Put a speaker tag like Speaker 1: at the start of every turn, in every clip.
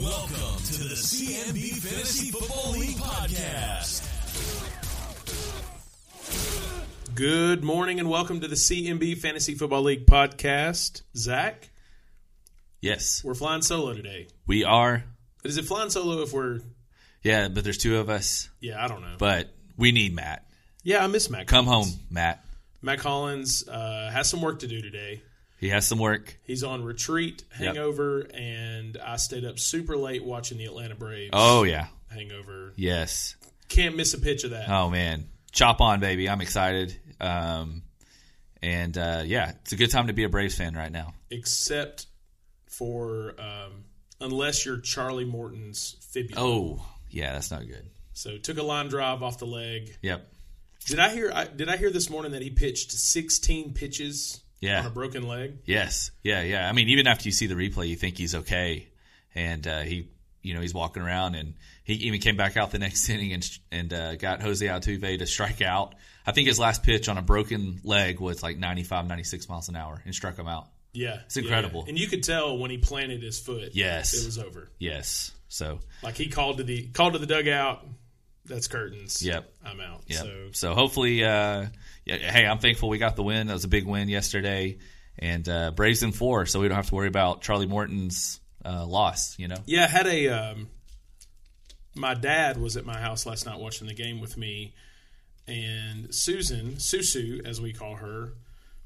Speaker 1: Welcome to the CMB Fantasy Football League Podcast.
Speaker 2: Good morning and welcome to the CMB Fantasy Football League podcast. Zach,
Speaker 3: Yes,
Speaker 2: we're flying solo today.
Speaker 3: we are.
Speaker 2: Is it flying solo if we're.
Speaker 3: Yeah, but there's two of us.
Speaker 2: Yeah, I don't know.
Speaker 3: But we need Matt.
Speaker 2: yeah, I miss Matt.
Speaker 3: Come home,
Speaker 2: Collins.
Speaker 3: Matt.
Speaker 2: Matt Collins uh, has some work to do today.
Speaker 3: He has some work.
Speaker 2: He's on retreat, hangover, and I stayed up super late watching the Atlanta Braves
Speaker 3: Oh yeah,
Speaker 2: hangover.
Speaker 3: yes.
Speaker 2: Can't miss a pitch of that.
Speaker 3: Oh man, chop on, baby. I'm excited. Um, and uh, yeah, it's a good time to be a Braves fan right now.
Speaker 2: Except for. Um, Unless you're Charlie Morton's fibula.
Speaker 3: Oh yeah, that's not good.
Speaker 2: So took a line drive off the leg.
Speaker 3: Yep.
Speaker 2: Did I hear? I, did I hear this morning that he pitched 16 pitches
Speaker 3: Yeah.
Speaker 2: on a broken leg?
Speaker 3: Yes. Yeah. Yeah. I mean, even after you see the replay, you think he's okay, and uh, he, you know, he's walking around, and he even came back out the next inning and and uh, got Jose Altuve to strike out. I think his last pitch on a broken leg was like 95, 96 miles an hour, and struck him out.
Speaker 2: Yeah, it's
Speaker 3: incredible.
Speaker 2: And you could tell when he planted his foot.
Speaker 3: Yes.
Speaker 2: it was over.
Speaker 3: Yes. So
Speaker 2: Like he called to the called to the dugout. That's curtains.
Speaker 3: Yep.
Speaker 2: I'm out.
Speaker 3: yeah.
Speaker 2: So
Speaker 3: So, hopefully, uh, yeah, hey, I'm thankful we got the win. That was a big win yesterday, and uh, Braves in four, so we don't have to worry about Charlie Morton's uh, loss. You know.
Speaker 2: yeah, I had a. Um, my dad was at my house last night watching the game with me, and Susan Susu, as we call her,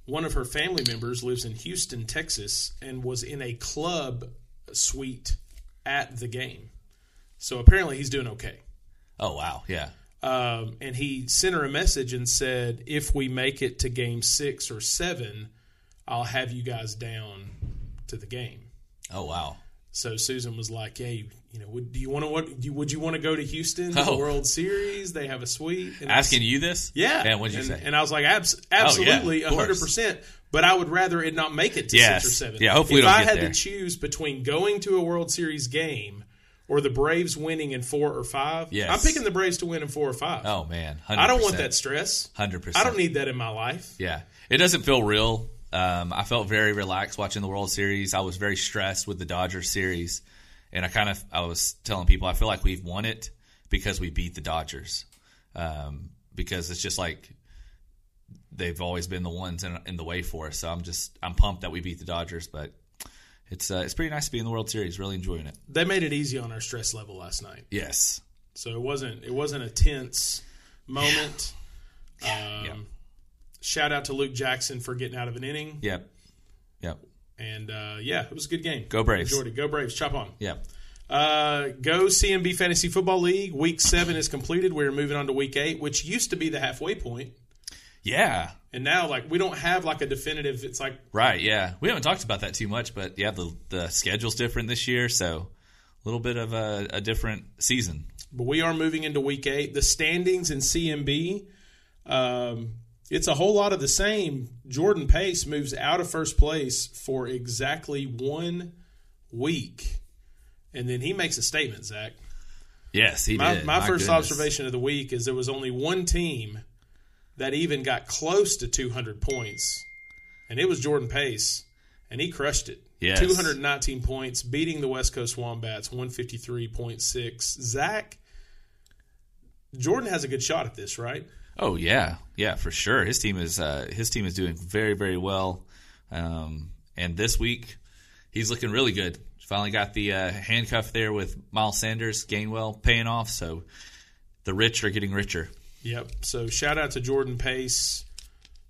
Speaker 2: one of her family members lives in Houston, Texas, and was in a club suite at the game. So apparently, he's doing okay.
Speaker 3: Oh wow. Yeah.
Speaker 2: um, and he sent her a message and said, "If we make it to Game Six or Seven, I'll have you guys down to the game."
Speaker 3: Oh wow.
Speaker 2: So Susan was like, "Hey, you know, would, do you want to what? Do, would you want to go to Houston to the
Speaker 3: Oh.
Speaker 2: World Series? They have a suite." And I was-
Speaker 3: Asking you this?
Speaker 2: yeah.
Speaker 3: And what'd you
Speaker 2: and,
Speaker 3: say? Oh,
Speaker 2: And I was like, Abs- absolutely,
Speaker 3: of
Speaker 2: a hundred
Speaker 3: course.
Speaker 2: percent. But I would rather it not make it to
Speaker 3: Yes.
Speaker 2: six or seven.
Speaker 3: Yeah, hopefully we
Speaker 2: if
Speaker 3: don't
Speaker 2: I
Speaker 3: get
Speaker 2: had
Speaker 3: there.
Speaker 2: to choose between going to a World Series game or the Braves winning in four or five,
Speaker 3: Yes.
Speaker 2: I'm picking the Braves to win in four or five.
Speaker 3: Oh man, 100%,
Speaker 2: I don't want that stress.
Speaker 3: Hundred percent.
Speaker 2: I don't need that in my life.
Speaker 3: Yeah, it doesn't feel real. Um, I felt very relaxed watching the World Series. I was very stressed with the Dodgers series, and I kind of I was telling people I feel like we've won it because we beat the Dodgers. Um, because it's just like they've always been the ones in, in the way for us. So I'm just I'm pumped that we beat the Dodgers, but it's uh, it's pretty nice to be in the World Series. Really enjoying it.
Speaker 2: They made it easy on our stress level last night,
Speaker 3: Yes.
Speaker 2: so it wasn't it wasn't a tense moment. Um,
Speaker 3: Yeah.
Speaker 2: Shout out to Luke Jackson for getting out of an inning,
Speaker 3: Yep. Yep.
Speaker 2: and uh, yeah, it was a good game.
Speaker 3: Go Braves.
Speaker 2: Enjoyed it. Go Braves! Chop on.
Speaker 3: Yep.
Speaker 2: Uh, go CMB Fantasy Football League. Week seven is completed. We're moving on to week eight, which used to be the halfway point,
Speaker 3: Yeah.
Speaker 2: and now like we don't have like a definitive. It's like
Speaker 3: Right, yeah. We haven't talked about that too much, but yeah, the the schedule's different this year, so a little bit of a, a different season.
Speaker 2: But we are moving into week eight. The standings in CMB, um, it's a whole lot of the same. Jordan Pace moves out of first place for exactly one week. And then he makes a statement, Zach.
Speaker 3: Yes, he
Speaker 2: My,
Speaker 3: did.
Speaker 2: my first
Speaker 3: goodness.
Speaker 2: observation of the week is there was only one team that even got close to 200 points, and it was Jordan Pace, and he crushed it.
Speaker 3: Yes.
Speaker 2: 219 points, beating the West Coast Wombats 153.6. Zach, Jordan has a good shot at this, right?
Speaker 3: Oh yeah, yeah, for sure. His team is uh, his team is doing very very well, um, and this week he's looking really good. Finally got the uh, handcuff there with Miles Sanders, Gainwell paying off. So the rich are getting richer.
Speaker 2: Yep. So shout out to Jordan Pace.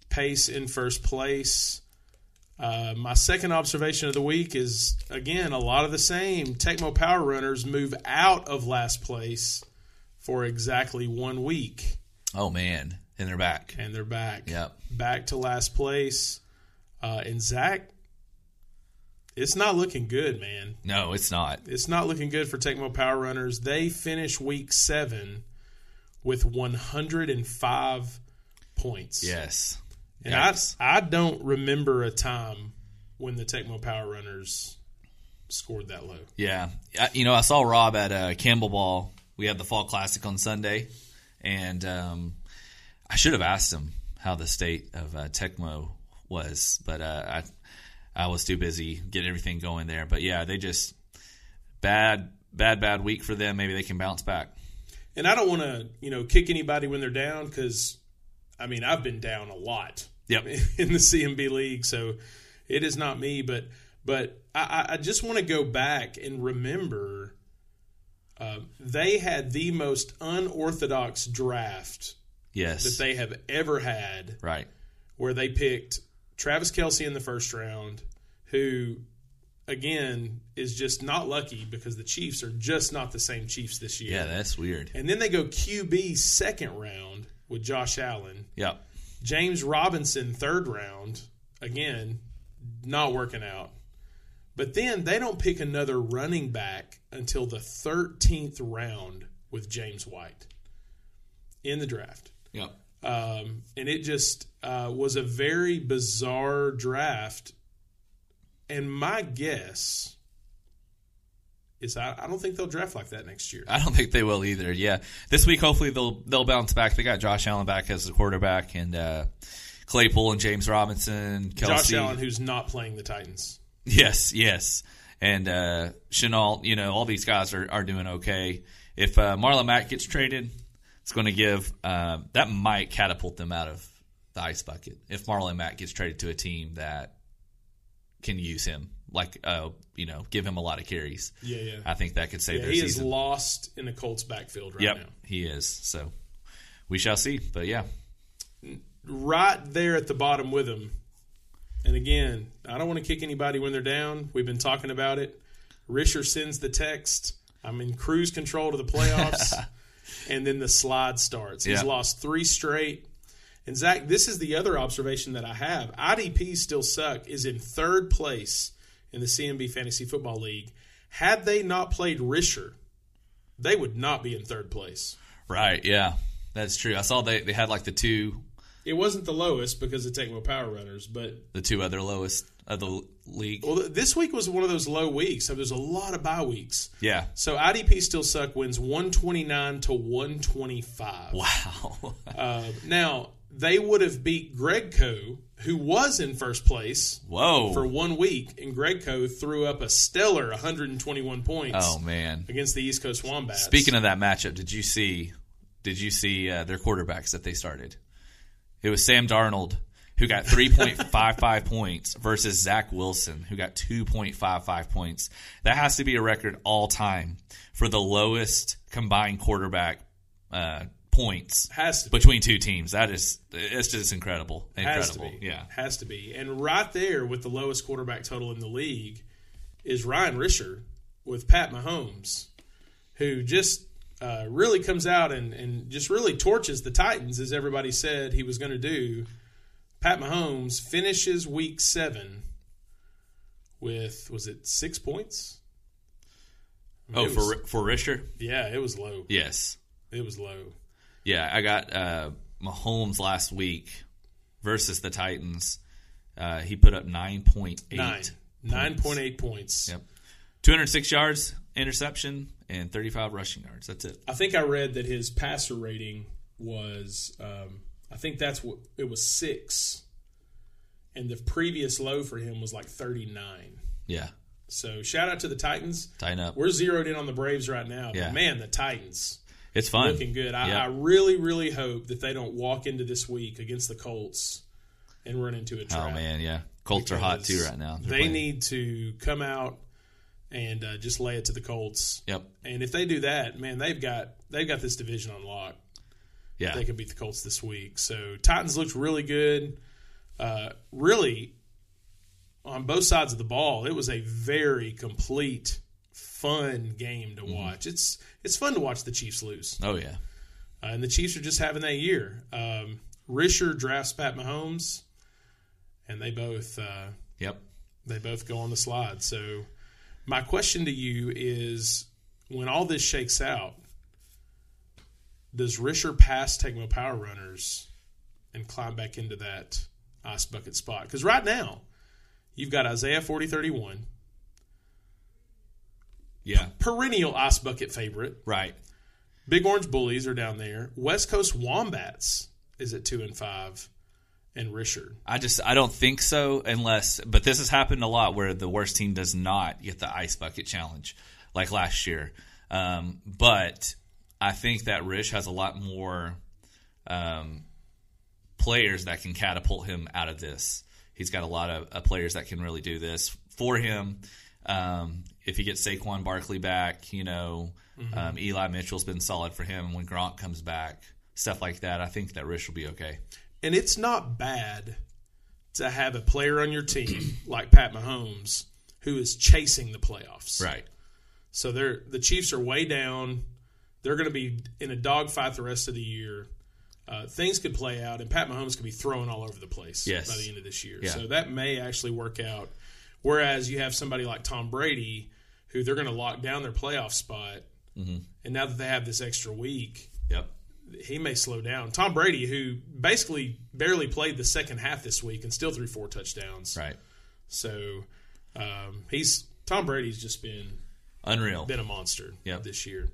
Speaker 2: Pace in first place. Uh, my second observation of the week is again a lot of the same. Tecmo Power Runners move out of last place for exactly one week,
Speaker 3: Oh man, and they're back.
Speaker 2: and they're back.
Speaker 3: Yep.
Speaker 2: Back to last place. Uh, and Zach, it's not looking good, man.
Speaker 3: No, it's not.
Speaker 2: It's not looking good for Tecmo Power Runners. They finish week seven with 105 points.
Speaker 3: Yes.
Speaker 2: And
Speaker 3: Yikes.
Speaker 2: I, I don't remember a time when the Tecmo Power Runners scored that low.
Speaker 3: Yeah, I, you know, I saw Rob at uh, Campbell Ball. We had the Fall Classic on Sunday, and um, I should have asked him how the state of uh, Tecmo was, but uh, I I was too busy getting everything going there. But yeah, they just bad bad, bad week for them. Maybe they can bounce back.
Speaker 2: And I don't want to, you know, kick anybody when they're down because, I mean, I've been down a lot
Speaker 3: Yep.
Speaker 2: in the CMB league, so it is not me. But but I, I- I just want to go back and remember uh, they had the most unorthodox draft that
Speaker 3: Yes.
Speaker 2: they have ever had,
Speaker 3: right.
Speaker 2: where they picked Travis Kelsey in the first round, who again is just not lucky because the Chiefs are just not the same Chiefs this year.
Speaker 3: Yeah, that's weird.
Speaker 2: And then they go QB second round with Josh Allen.
Speaker 3: Yep.
Speaker 2: James Robinson third round. Again, not working out. But then they don't pick another running back until the 13th round with James White in the draft.
Speaker 3: Yep.
Speaker 2: Um, and it just uh, was a very bizarre draft. And my guess is I, I don't think they'll draft like that next year.
Speaker 3: I don't think they will either. Yeah, this week hopefully they'll they'll bounce back. They got Josh Allen back as the quarterback and uh, Claypool and James Robinson, Kelsey.
Speaker 2: Josh Allen, who's not playing the Titans.
Speaker 3: Yes, yes, and uh, Chenault. You know, all these guys are are doing okay. If uh, Marlon Mack gets traded, it's going to give uh, that might catapult them out of the ice bucket. If Marlon Mack gets traded to a team that can use him, like uh, you know, give him a lot of carries,
Speaker 2: Yeah, yeah.
Speaker 3: I think that could save
Speaker 2: Yeah,
Speaker 3: their
Speaker 2: he
Speaker 3: season.
Speaker 2: is lost in the Colts backfield right
Speaker 3: Yep,
Speaker 2: now.
Speaker 3: he is. So we shall see. But yeah,
Speaker 2: Right there at the bottom with him. And again, I don't want to kick anybody when they're down. We've been talking about it. Risher sends the text. I'm in cruise control to the playoffs. and then the slide starts. He's
Speaker 3: Yeah.
Speaker 2: lost three straight. And Zach, this is the other observation that I have. IDP still suck is in third place in the CMB Fantasy Football League. Had they not played Risher, they would not be in third place.
Speaker 3: right. Yeah, that's true. I saw they, they had like the two
Speaker 2: It wasn't the lowest because of Tecmo Power Runners, but
Speaker 3: the two other lowest of the l- league.
Speaker 2: well, th- this week was one of those low weeks. So there's a lot of bye weeks.
Speaker 3: Yeah.
Speaker 2: So IDP still suck wins 129 to 125.
Speaker 3: Wow.
Speaker 2: Uh, now they would have beat Gregco, who was in first place
Speaker 3: Whoa.
Speaker 2: for one week, and Gregco threw up a stellar 121 points
Speaker 3: oh man.
Speaker 2: against the East Coast Wombats.
Speaker 3: Speaking of that matchup, did you see? Did you see uh, their quarterbacks that they started? It was Sam Darnold who got three point five five points versus Zach Wilson who got two point five five points. That has to be a record all time for the lowest combined quarterback uh, points
Speaker 2: has to be,
Speaker 3: between two teams. That is, it's just incredible. Incredible.
Speaker 2: has to be,
Speaker 3: Yeah.
Speaker 2: has to be, and right there with the lowest quarterback total in the league is Ryan Risher with Pat Mahomes, who just. Uh, really comes out and, and just really torches the Titans as everybody said he was going to do. Pat Mahomes finishes week seven with was it six points? I mean,
Speaker 3: Oh,
Speaker 2: it was-
Speaker 3: for for Risher?
Speaker 2: yeah, it was low.
Speaker 3: Yes.
Speaker 2: It was low.
Speaker 3: Yeah, I got uh, Mahomes last week versus the Titans. Uh, he put up 9.8.
Speaker 2: Nine. Nine point eight points.
Speaker 3: Yep. 206 yards, interception, and 35 rushing yards. That's it.
Speaker 2: I think I read that his passer rating was um, I think that's what it was six. And the previous low for him was like thirty nine.
Speaker 3: Yeah.
Speaker 2: So shout out to the Titans.
Speaker 3: Tighten up.
Speaker 2: We're zeroed in on the Braves right now.
Speaker 3: Yeah.
Speaker 2: But man, the Titans.
Speaker 3: It's fun.
Speaker 2: looking good. I,
Speaker 3: Yeah.
Speaker 2: I really, really hope that they don't walk into this week against the Colts and run into a trap.
Speaker 3: Oh, man. Yeah. Colts are hot, too, right now. They're
Speaker 2: they
Speaker 3: playing-
Speaker 2: need to come out and uh, just lay it to the Colts.
Speaker 3: Yep.
Speaker 2: And if they do that, man, they've got they've got this division on lock.
Speaker 3: Yeah.
Speaker 2: They can beat the Colts this week. So Titans looked really good. Uh, really, on both sides of the ball, it was a very complete, fun game to watch. It's it's fun to watch the Chiefs lose.
Speaker 3: Oh, yeah.
Speaker 2: Uh, and the Chiefs are just having that year. Um, Risher drafts Pat Mahomes, and they both uh,
Speaker 3: Yep.
Speaker 2: they both go on the slide. So, my question to you is: When all this shakes out, does Risher pass Tecmo Power Runners and climb back into that ice bucket spot? Because right now, you've got Isaiah forty thirty one,
Speaker 3: Yeah.
Speaker 2: perennial ice bucket favorite.
Speaker 3: Right.
Speaker 2: Big Orange Bullies are down there. West Coast Wombats is at two and five, and Richard.
Speaker 3: I just I don't think so unless but this has happened a lot where the worst team does not get the ice bucket challenge like last year. Um, but I think that Rish has a lot more um, players that can catapult him out of this. He's got a lot of uh, players that can really do this for him. Um, if he gets Saquon Barkley back, you know, um, Eli Mitchell's been solid for him. When Gronk comes back, stuff like that, I think that Rish will be okay.
Speaker 2: And it's not bad to have a player on your team like Pat Mahomes who is chasing the playoffs.
Speaker 3: Right.
Speaker 2: So they're the Chiefs are way down. They're going to be in a dogfight the rest of the year. Uh, things could play out, and Pat Mahomes could be thrown all over the place
Speaker 3: Yes.
Speaker 2: by the end of this year.
Speaker 3: Yeah.
Speaker 2: So that may actually work out. Whereas you have somebody like Tom Brady, who they're going to lock down their playoff spot,
Speaker 3: Mm-hmm.
Speaker 2: and now that they have this extra week,
Speaker 3: Yep.
Speaker 2: he may slow down. Tom Brady, who basically barely played the second half this week and still threw four touchdowns,
Speaker 3: Right.
Speaker 2: so um, he's Tom Brady's just been
Speaker 3: Unreal.
Speaker 2: been a monster
Speaker 3: Yep.
Speaker 2: this year.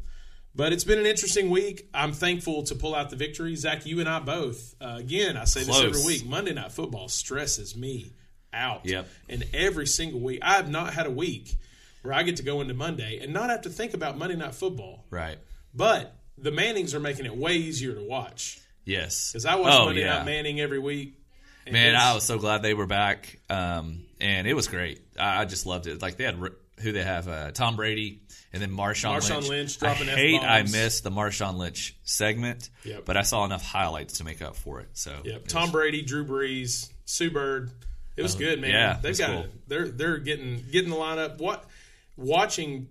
Speaker 2: But it's been an interesting week. I'm thankful to pull out the victory. Zach, you and I both. Uh, again, I say this
Speaker 3: Close.
Speaker 2: every week. Monday Night Football stresses me out.
Speaker 3: Yep.
Speaker 2: And every single week, I have not had a week where I get to go into Monday and not have to think about Monday Night Football.
Speaker 3: Right.
Speaker 2: But the Mannings are making it way easier to watch
Speaker 3: Yes.
Speaker 2: because I watch
Speaker 3: Oh,
Speaker 2: Monday
Speaker 3: yeah.
Speaker 2: Night Manning every week. and
Speaker 3: Man,
Speaker 2: it's-
Speaker 3: I was so glad they were back, um, and it was great. I, I just loved it. Like they had r- who they have uh, Tom Brady and then Marshawn,
Speaker 2: Marshawn
Speaker 3: Lynch.
Speaker 2: Lynch dropping
Speaker 3: I hate I
Speaker 2: F-bombs.
Speaker 3: missed the Marshawn Lynch segment,
Speaker 2: Yep.
Speaker 3: but I saw enough highlights to make up for it. So it
Speaker 2: Yep.
Speaker 3: was-
Speaker 2: Tom Brady, Drew Brees, Sue Bird. It was good, man.
Speaker 3: Oh, yeah,
Speaker 2: They've
Speaker 3: that's
Speaker 2: got
Speaker 3: cool.
Speaker 2: a, they're they're getting getting the lineup. What watching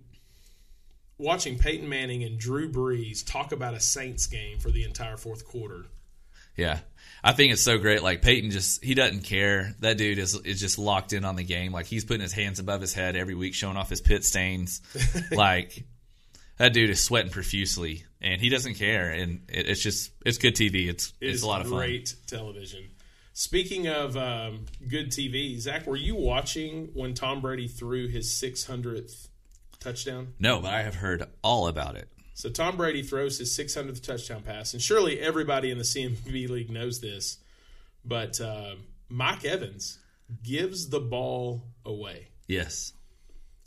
Speaker 2: watching Peyton Manning and Drew Brees talk about a Saints game for the entire fourth quarter.
Speaker 3: yeah, I think it's so great. Like Peyton, just he doesn't care. That dude is is just locked in on the game. Like he's putting his hands above his head every week, showing off his pit stains. like that dude is sweating profusely, and he doesn't care. And it, it's just it's good TV. It's
Speaker 2: It
Speaker 3: it's
Speaker 2: is
Speaker 3: a lot of fun.
Speaker 2: great television. Speaking of um, good TV, Zach, were you watching when Tom Brady threw his 600th touchdown?
Speaker 3: No, but I have heard all about it.
Speaker 2: So Tom Brady throws his 600th touchdown pass, and surely everybody in the CMB league knows this, but uh, Mike Evans gives the ball away
Speaker 3: Yes.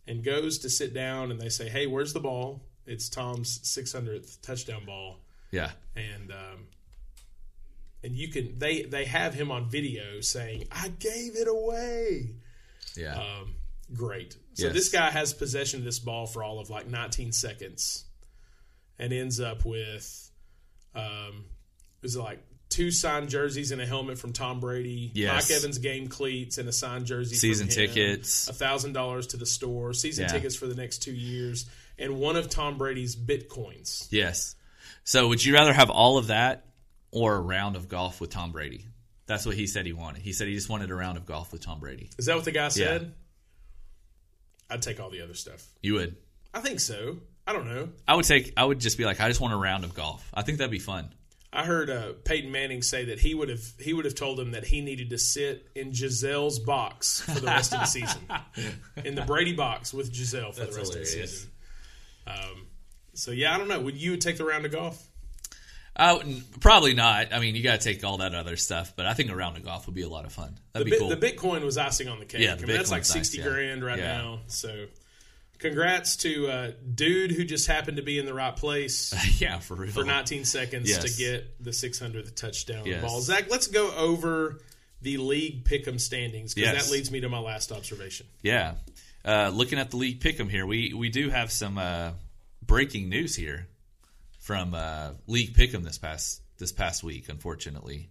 Speaker 2: and goes to sit down, and they say, "Hey, where's the ball?" It's Tom's 600th touchdown ball,
Speaker 3: Yeah.
Speaker 2: and um, and you can they they have him on video saying, "I gave it away."
Speaker 3: Yeah.
Speaker 2: Um, great. So
Speaker 3: Yes.
Speaker 2: this guy has possession of this ball for all of like 19 seconds, and ends up with, um, is it like two signed jerseys and a helmet from Tom Brady,
Speaker 3: Yes.
Speaker 2: Mike Evans game cleats and a signed jersey, from
Speaker 3: Season
Speaker 2: him,
Speaker 3: tickets.
Speaker 2: a thousand dollars to the store, season
Speaker 3: Yeah.
Speaker 2: tickets for the next two years, and one of Tom Brady's bitcoins.
Speaker 3: yes. So would you rather have all of that or a round of golf with Tom Brady? That's what he said he wanted. He said he just wanted a round of golf with Tom Brady.
Speaker 2: Is that what the guy said? I'd take all the other stuff.
Speaker 3: You would.
Speaker 2: I think so. I don't know.
Speaker 3: I would take I would just be like, I just want a round of golf. I think that'd be fun.
Speaker 2: I heard uh, Peyton Manning say that he would have he would have told him that he needed to sit in Giselle's box for the rest of the season, in the Brady box with Giselle for
Speaker 3: That's
Speaker 2: the rest of the
Speaker 3: hilarious.
Speaker 2: season. Um, so yeah, I don't know. Would you take the round of golf?
Speaker 3: I wouldn't- probably not. I mean, you got to take all that other stuff, but I think a round of golf would be a lot of fun.
Speaker 2: The,
Speaker 3: That'd be
Speaker 2: bit,
Speaker 3: cool.
Speaker 2: the Bitcoin was icing on the cake.
Speaker 3: Yeah,
Speaker 2: I
Speaker 3: the
Speaker 2: mean, that's like
Speaker 3: Bitcoin's nice,
Speaker 2: sixty
Speaker 3: yeah.
Speaker 2: grand right
Speaker 3: Yeah.
Speaker 2: now. So, congrats to uh, dude who just happened to be in the right place.
Speaker 3: yeah, for real.
Speaker 2: for 19 seconds
Speaker 3: Yes.
Speaker 2: to get the 600th touchdown
Speaker 3: Yes.
Speaker 2: ball. Zach, let's go over the league pick'em standings because
Speaker 3: Yes.
Speaker 2: that leads me to my last observation.
Speaker 3: Yeah. Uh, looking at the league pick'em here, we we do have some uh, breaking news here from uh, league pick'em this past this past week. Unfortunately,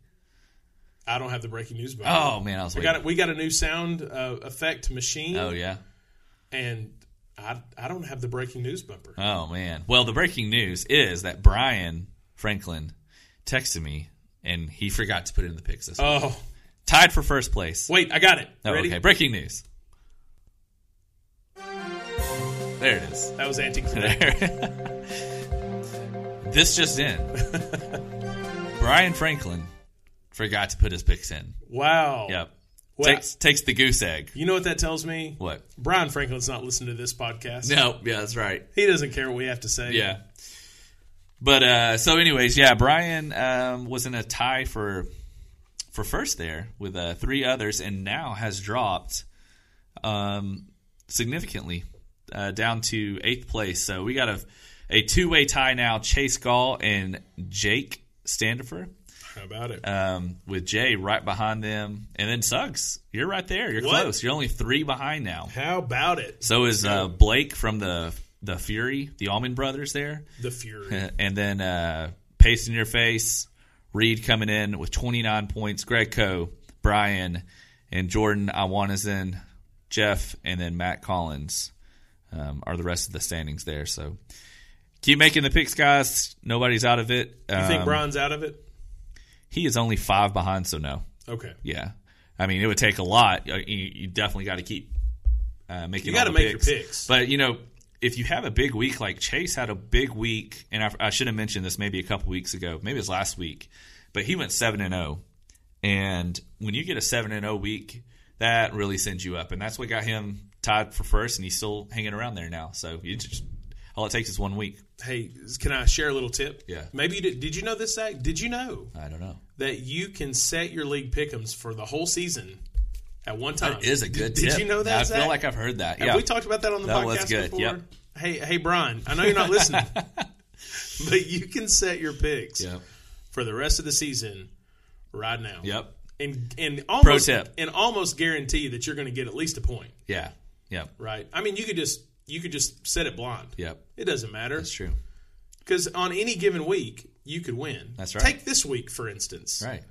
Speaker 2: I don't have the breaking news. Button.
Speaker 3: oh man, I was
Speaker 2: we
Speaker 3: waiting.
Speaker 2: got a, we got a new sound uh, effect machine,
Speaker 3: oh yeah,
Speaker 2: and I I don't have the breaking news bumper.
Speaker 3: oh man. Well, the breaking news is that Brian Franklin texted me and he forgot to put in the picks this week.
Speaker 2: Oh
Speaker 3: Tied for first place.
Speaker 2: wait, I got it.
Speaker 3: Oh,
Speaker 2: Ready?
Speaker 3: okay. Breaking news. There it is.
Speaker 2: That was anticlimactic.
Speaker 3: there. this just in. Brian Franklin forgot to put his picks in.
Speaker 2: wow.
Speaker 3: Yep.
Speaker 2: Wow.
Speaker 3: Takes takes the goose egg.
Speaker 2: You know what that tells me?
Speaker 3: What?
Speaker 2: Brian Franklin's not listening to this podcast.
Speaker 3: No, yeah, that's right.
Speaker 2: He doesn't care what we have to say.
Speaker 3: Yeah. But uh so anyways, yeah, Brian um was in a tie for for first there with uh, three others, and now has dropped um, significantly uh, down to eighth place. So we got a a two way tie now: Chase Gall and Jake Standifer.
Speaker 2: How about it?
Speaker 3: Um, with Jay right behind them, and then Suggs, you're right there. You're
Speaker 2: What?
Speaker 3: close. You're only three behind now.
Speaker 2: How about it?
Speaker 3: So is uh, Blake from the the Fury, the Almond Brothers there,
Speaker 2: The Fury.
Speaker 3: and then uh, Paste in Your Face, Reed coming in with 29 points, Greg Coe, Brian, and Jordan Iwanazin, Jeff, and then Matt Collins um, are the rest of the standings there. So keep making the picks, guys. Nobody's out of it.
Speaker 2: You
Speaker 3: Um,
Speaker 2: think Brian's out of it?
Speaker 3: He is only five behind, so no.
Speaker 2: Okay.
Speaker 3: Yeah, I mean, it would take a lot. You, you definitely got to keep uh, making.
Speaker 2: You gotta
Speaker 3: all the
Speaker 2: make your picks.
Speaker 3: but you know, if you have a big week like Chase had a big week, and I, I should have mentioned this maybe a couple weeks ago, maybe it was last week, but he went seven and zero, and when you get a seven and zero week, that really sends you up, and that's what got him tied for first, and he's still hanging around there now. So you just all it takes is one week.
Speaker 2: Hey, can I share a little tip?
Speaker 3: Yeah.
Speaker 2: Maybe you did. Did you know this, Zach? Did you know
Speaker 3: I don't know.
Speaker 2: that you can set your league pickems for the whole season at one time?
Speaker 3: It is a good.
Speaker 2: Did,
Speaker 3: tip.
Speaker 2: did you know that?
Speaker 3: I
Speaker 2: Zach?
Speaker 3: feel like I've heard that.
Speaker 2: Have
Speaker 3: yeah,
Speaker 2: we talked about that on the
Speaker 3: That
Speaker 2: podcast
Speaker 3: was good,
Speaker 2: before?
Speaker 3: yep.
Speaker 2: Hey, hey, Brian, I know you're not listening, but you can set your picks
Speaker 3: Yep.
Speaker 2: for the rest of the season right now.
Speaker 3: Yep.
Speaker 2: And and almost
Speaker 3: tip.
Speaker 2: and almost guarantee that you're going to get at least a point,
Speaker 3: Yeah. Yep.
Speaker 2: right? I mean, you could just you could just set it blind.
Speaker 3: Yep.
Speaker 2: It doesn't matter
Speaker 3: That's true.
Speaker 2: because on any given week you could win.
Speaker 3: That's right.
Speaker 2: Take this week for instance.
Speaker 3: Right.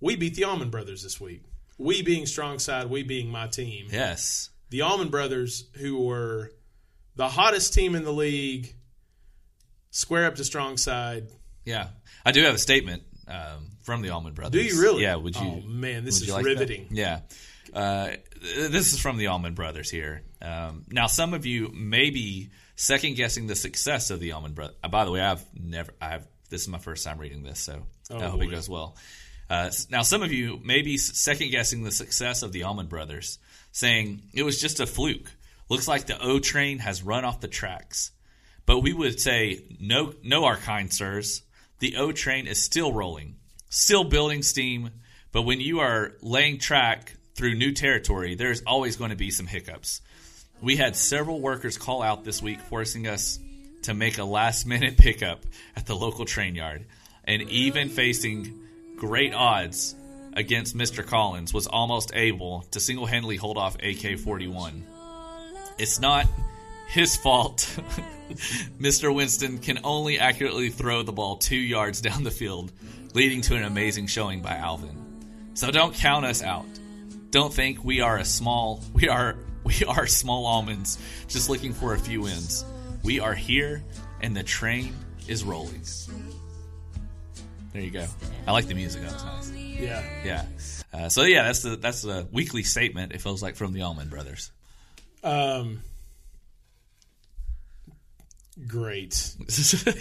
Speaker 2: We beat the Almond Brothers this week. We being strong side, we being my team.
Speaker 3: Yes.
Speaker 2: the Almond Brothers, who were the hottest team in the league, square up to strong side.
Speaker 3: Yeah, I do have a statement um, from the Almond Brothers.
Speaker 2: Do you really?
Speaker 3: Yeah. Would you?
Speaker 2: Oh man, this
Speaker 3: would
Speaker 2: is
Speaker 3: you like that?
Speaker 2: riveting.
Speaker 3: Yeah. Uh, th- this is from the Almond Brothers here. Um, now, some of you may be second guessing the success of the Almond Brothers. by the way, I've never. I've this is my first time reading this, so I hope it
Speaker 2: Oh, boy.
Speaker 3: goes well. Uh, s- now, some of you may be second guessing the success of the Almond Brothers, saying it was just a fluke. Looks like the O train has run off the tracks. But we would say, no, no, our kind sirs. The O train is still rolling, still building steam. But when you are laying track through new territory, there is always going to be some hiccups. We had several workers call out this week, forcing us to make a last minute pickup at the local train yard. And even facing great odds against Mr. Collins, was almost able to single handedly hold off AK 41. It's not his fault. Mr. Winston can only accurately throw the ball two yards down the field, leading to an amazing showing by Alvin. So don't count us out. Don't think we are a small we are we are small almonds just looking for a few wins. We are here and the train is rolling. There you go. I like the music. That was nice.
Speaker 2: Yeah,
Speaker 3: Yeah. Uh, so yeah, that's the that's the weekly statement. It feels like from the Allman Brothers.
Speaker 2: um, great.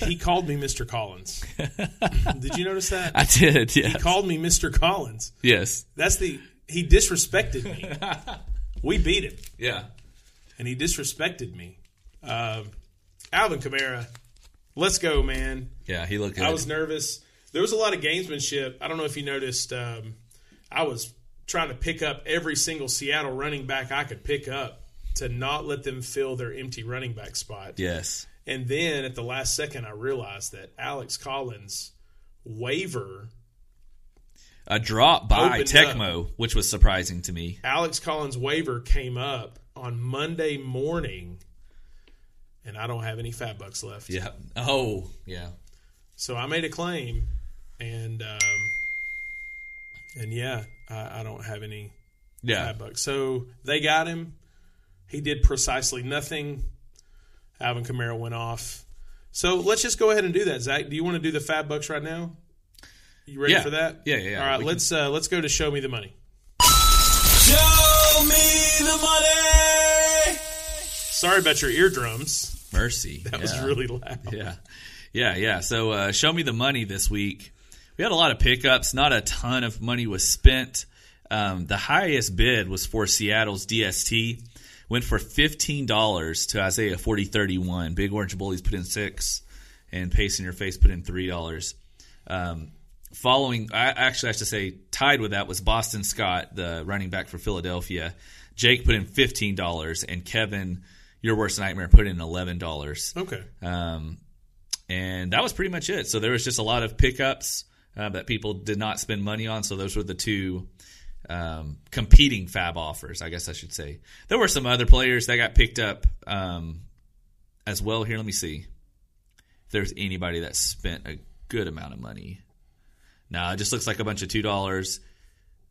Speaker 2: He called me Mr. Collins. Did you notice that?
Speaker 3: I did. Yeah.
Speaker 2: He called me Mr. Collins.
Speaker 3: yes.
Speaker 2: That's the he disrespected me. we beat him,
Speaker 3: Yeah.
Speaker 2: and he disrespected me. Um, Alvin Kamara, let's go, man.
Speaker 3: Yeah. He looked. Good.
Speaker 2: I was nervous. There was a lot of gamesmanship. I don't know if you noticed. Um, I was trying to pick up every single Seattle running back I could pick up to not let them fill their empty running back spot.
Speaker 3: Yes.
Speaker 2: And then at the last second, I realized that Alex Collins waiver
Speaker 3: A drop by
Speaker 2: Opened
Speaker 3: Tecmo, which was surprising to me.
Speaker 2: Alex Collins waiver came up on Monday morning, and I don't have any fat bucks left.
Speaker 3: Yeah. Oh. Yeah.
Speaker 2: So I made a claim, and um, and yeah, I, I don't have any.
Speaker 3: Yeah.
Speaker 2: Five bucks. So they got him. He did precisely nothing. Alvin Kamara went off. So let's just go ahead and do that, Zach. Do you want to do the five bucks right now? You ready
Speaker 3: Yeah.
Speaker 2: for that?
Speaker 3: Yeah, yeah, yeah.
Speaker 2: All right,
Speaker 3: We can-
Speaker 2: let's uh, let's go to show me the money.
Speaker 1: Show me the money.
Speaker 2: Sorry about your eardrums.
Speaker 3: Mercy.
Speaker 2: That was really loud.
Speaker 3: Yeah. Yeah. Yeah. So uh, show me the money this week. We had a lot of pickups. Not a ton of money was spent. Um, the highest bid was for Seattle's DST. Went for fifteen dollars to Isaiah forty thirty one. Big Orange Bullies put in six, and Pace in Your Face put in three dollars. Um, Following, I actually I should say tied with that was Boston Scott, the running back for Philadelphia. Jake put in fifteen dollars, and Kevin, your worst nightmare, put in eleven dollars.
Speaker 2: Okay.
Speaker 3: Um, and that was pretty much it. So there was just a lot of pickups uh, that people did not spend money on. So those were the two um, competing fab offers, I guess I should say. There were some other players that got picked up um, as well. Here, let me see if there's anybody that spent a good amount of money. Nah, it just looks like a bunch of two dollars.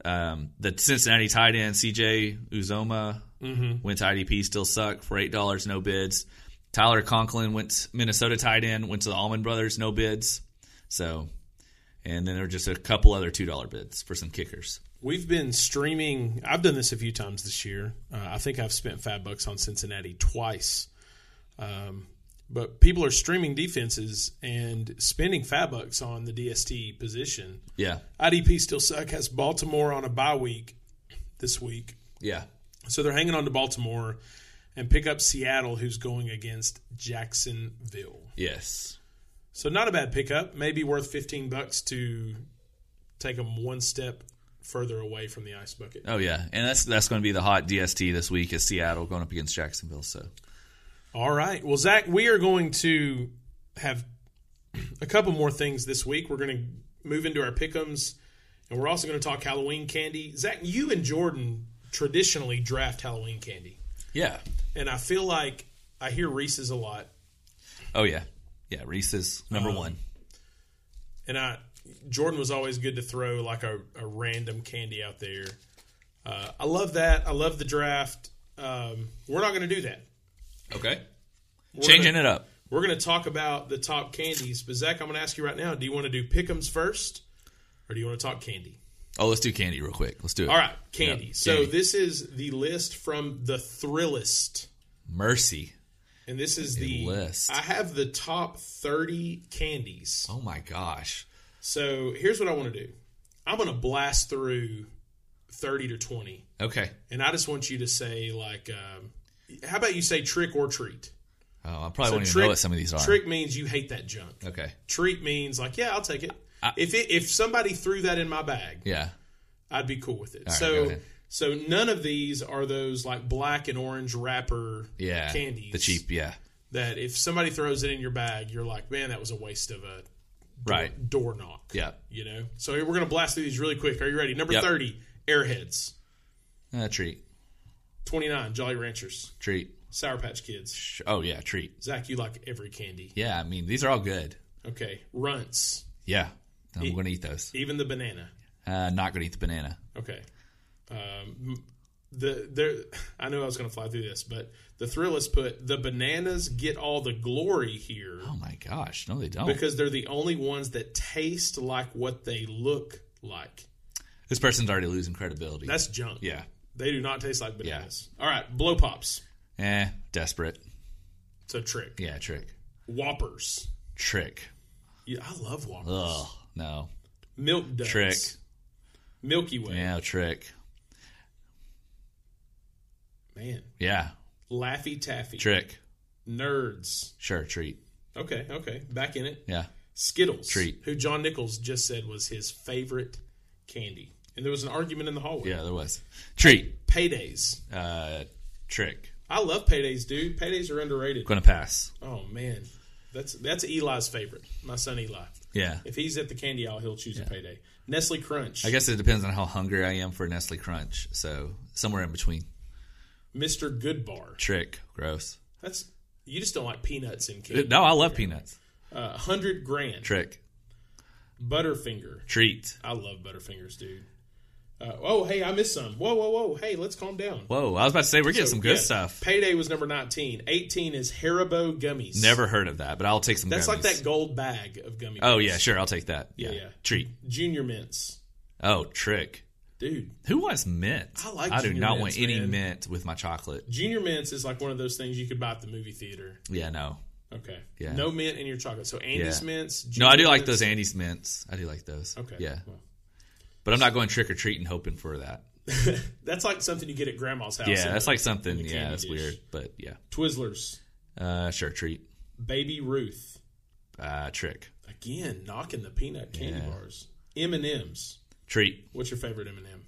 Speaker 3: Um, the Cincinnati tight end CJ Uzoma
Speaker 2: Mm-hmm.
Speaker 3: went to IDP, still suck for eight dollars, no bids. Tyler Conklin went Minnesota tight end, went to the Almond Brothers, no bids. So, and then there were just a couple other two dollar bids for some kickers.
Speaker 2: We've been streaming. I've done this a few times this year. Uh, I think I've spent five bucks on Cincinnati twice. Um, but people are streaming defenses and spending five bucks on the DST position.
Speaker 3: Yeah,
Speaker 2: IDP still suck. Has Baltimore on a bye week this week,
Speaker 3: yeah,
Speaker 2: so they're hanging on to Baltimore and pick up Seattle, who's going against Jacksonville.
Speaker 3: yes,
Speaker 2: So not a bad pickup. Maybe worth fifteen bucks to take them one step further away from the ice bucket.
Speaker 3: oh yeah. And that's that's going to be the hot DST this week is Seattle going up against Jacksonville. So
Speaker 2: All right. Well, Zach, we are going to have a couple more things this week. We're going to move into our pickums, and we're also going to talk Halloween candy. Zach, you and Jordan traditionally draft Halloween candy,
Speaker 3: yeah,
Speaker 2: and I feel like I hear Reese's a lot,
Speaker 3: oh yeah, yeah. Reese's
Speaker 2: Uh,
Speaker 3: number one.
Speaker 2: and I Jordan was always good to throw like a, a random candy out there. Uh, I love that. I love the draft. Um, we're not going to do that.
Speaker 3: Okay, changing
Speaker 2: gonna-
Speaker 3: it up.
Speaker 2: We're going to talk about the top candies, but Zach, I'm going to ask you right now: Do you want to do pickums first, or do you want to talk candy?
Speaker 3: Oh, let's do candy real quick. Let's do it.
Speaker 2: All right, candy.
Speaker 3: Yeah,
Speaker 2: so
Speaker 3: candy.
Speaker 2: this is the list from the Thrillist,
Speaker 3: Mercy.
Speaker 2: and this is the
Speaker 3: list.
Speaker 2: I have the top 30 candies.
Speaker 3: Oh my gosh.
Speaker 2: So here's what I want to do: I'm going to blast through 30 to 20,
Speaker 3: Okay.
Speaker 2: and I just want you to say like, um, how about you say trick or treat?
Speaker 3: Oh, I probably
Speaker 2: So
Speaker 3: won't even know what some of these are.
Speaker 2: Trick means you hate that junk.
Speaker 3: Okay.
Speaker 2: treat means like yeah i'll take it if it if somebody threw that in my bag
Speaker 3: Yeah.
Speaker 2: i'd be cool with it
Speaker 3: right, go
Speaker 2: so
Speaker 3: ahead.
Speaker 2: so none of these are those like black and orange wrapper
Speaker 3: Yeah.
Speaker 2: candies
Speaker 3: The cheap. Yeah.
Speaker 2: that if somebody throws it in your bag you're like man that was a waste of a
Speaker 3: Right.
Speaker 2: door knock
Speaker 3: Yeah.
Speaker 2: you know so we're gonna blast through these really quick are you ready number
Speaker 3: Yep.
Speaker 2: 30 airheads
Speaker 3: Uh, treat.
Speaker 2: 29 jolly ranchers
Speaker 3: Treat.
Speaker 2: sour patch kids
Speaker 3: Sh- Oh yeah. Treat.
Speaker 2: zach you like every candy
Speaker 3: Yeah. I mean, these are all good.
Speaker 2: okay runts
Speaker 3: Yeah. I'm gonna eat those.
Speaker 2: even the banana
Speaker 3: Uh, not gonna eat the banana.
Speaker 2: Okay. Um, the there, I know I was going to fly through this, but the Thrillist put the bananas get all the glory here
Speaker 3: Oh my gosh. No, they don't.
Speaker 2: because they're the only ones that taste like what they look like.
Speaker 3: this person's already losing credibility.
Speaker 2: That's junk.
Speaker 3: yeah.
Speaker 2: They do not taste like bananas. All right, blow pops.
Speaker 3: Eh. Desperate.
Speaker 2: It's a trick.
Speaker 3: Yeah. Trick.
Speaker 2: Whoppers.
Speaker 3: Trick.
Speaker 2: Yeah, I love whoppers.
Speaker 3: Ugh. No.
Speaker 2: Milk duds.
Speaker 3: Trick.
Speaker 2: Milky Way.
Speaker 3: Yeah. Trick.
Speaker 2: Man.
Speaker 3: Yeah.
Speaker 2: Laffy Taffy.
Speaker 3: Trick.
Speaker 2: Nerds.
Speaker 3: Sure. Treat.
Speaker 2: Okay, okay. Back in it.
Speaker 3: Yeah.
Speaker 2: Skittles,
Speaker 3: Treat.
Speaker 2: who John Nichols just said was his favorite candy. And there was an argument in the hallway.
Speaker 3: Yeah. There was. Treat.
Speaker 2: Paydays.
Speaker 3: Uh, trick.
Speaker 2: I love paydays, dude. Paydays are underrated.
Speaker 3: Gonna pass.
Speaker 2: Oh man. That's that's Eli's favorite. My son Eli.
Speaker 3: Yeah.
Speaker 2: If he's at the candy aisle, he'll choose a payday. Nestle Crunch.
Speaker 3: I guess it depends on how hungry I am for Nestle Crunch. So somewhere in between.
Speaker 2: Mr. Goodbar.
Speaker 3: Trick. Gross.
Speaker 2: That's you just don't like peanuts in candy.
Speaker 3: No, I love peanuts.
Speaker 2: Uh, hundred grand.
Speaker 3: Trick.
Speaker 2: Butterfinger.
Speaker 3: Treat.
Speaker 2: I love Butterfingers, dude. Uh, oh, hey, I missed some. Whoa, whoa, whoa. Hey, let's calm down.
Speaker 3: Whoa, I was about to say we're getting some good
Speaker 2: Yeah.
Speaker 3: stuff.
Speaker 2: Payday was number 19. 18 is Haribo gummies.
Speaker 3: Never heard of that, but I'll take some.
Speaker 2: That's like
Speaker 3: gummies.
Speaker 2: that gold bag of gummy.
Speaker 3: Oh
Speaker 2: bears.
Speaker 3: yeah, sure, I'll take that. Yeah.
Speaker 2: yeah.
Speaker 3: Treat.
Speaker 2: Junior mints.
Speaker 3: Oh, trick.
Speaker 2: Dude,
Speaker 3: Who wants mint?
Speaker 2: I like
Speaker 3: I do
Speaker 2: junior
Speaker 3: not
Speaker 2: mints,
Speaker 3: want any
Speaker 2: man.
Speaker 3: mint with my chocolate.
Speaker 2: junior mints is like one of those things you could buy at the movie theater.
Speaker 3: Yeah, no.
Speaker 2: Okay.
Speaker 3: Yeah.
Speaker 2: No mint in your chocolate. So Andy's
Speaker 3: Yeah.
Speaker 2: mints.
Speaker 3: No, I do
Speaker 2: Junior
Speaker 3: like those
Speaker 2: Mints.
Speaker 3: Andes mints. I do like those.
Speaker 2: Okay.
Speaker 3: Yeah,
Speaker 2: Well,
Speaker 3: but I'm not going trick or treating hoping for that.
Speaker 2: that's like something you get at grandma's house.
Speaker 3: Yeah,
Speaker 2: in
Speaker 3: that's
Speaker 2: the-
Speaker 3: like something.
Speaker 2: in the
Speaker 3: Yeah,
Speaker 2: candy
Speaker 3: that's
Speaker 2: dish.
Speaker 3: weird, but yeah.
Speaker 2: Twizzlers.
Speaker 3: Uh, sure, treat.
Speaker 2: Baby Ruth.
Speaker 3: Uh, trick.
Speaker 2: Again, knocking the peanut candy
Speaker 3: Yeah.
Speaker 2: bars. M and M's.
Speaker 3: Treat
Speaker 2: What's your favorite M and M?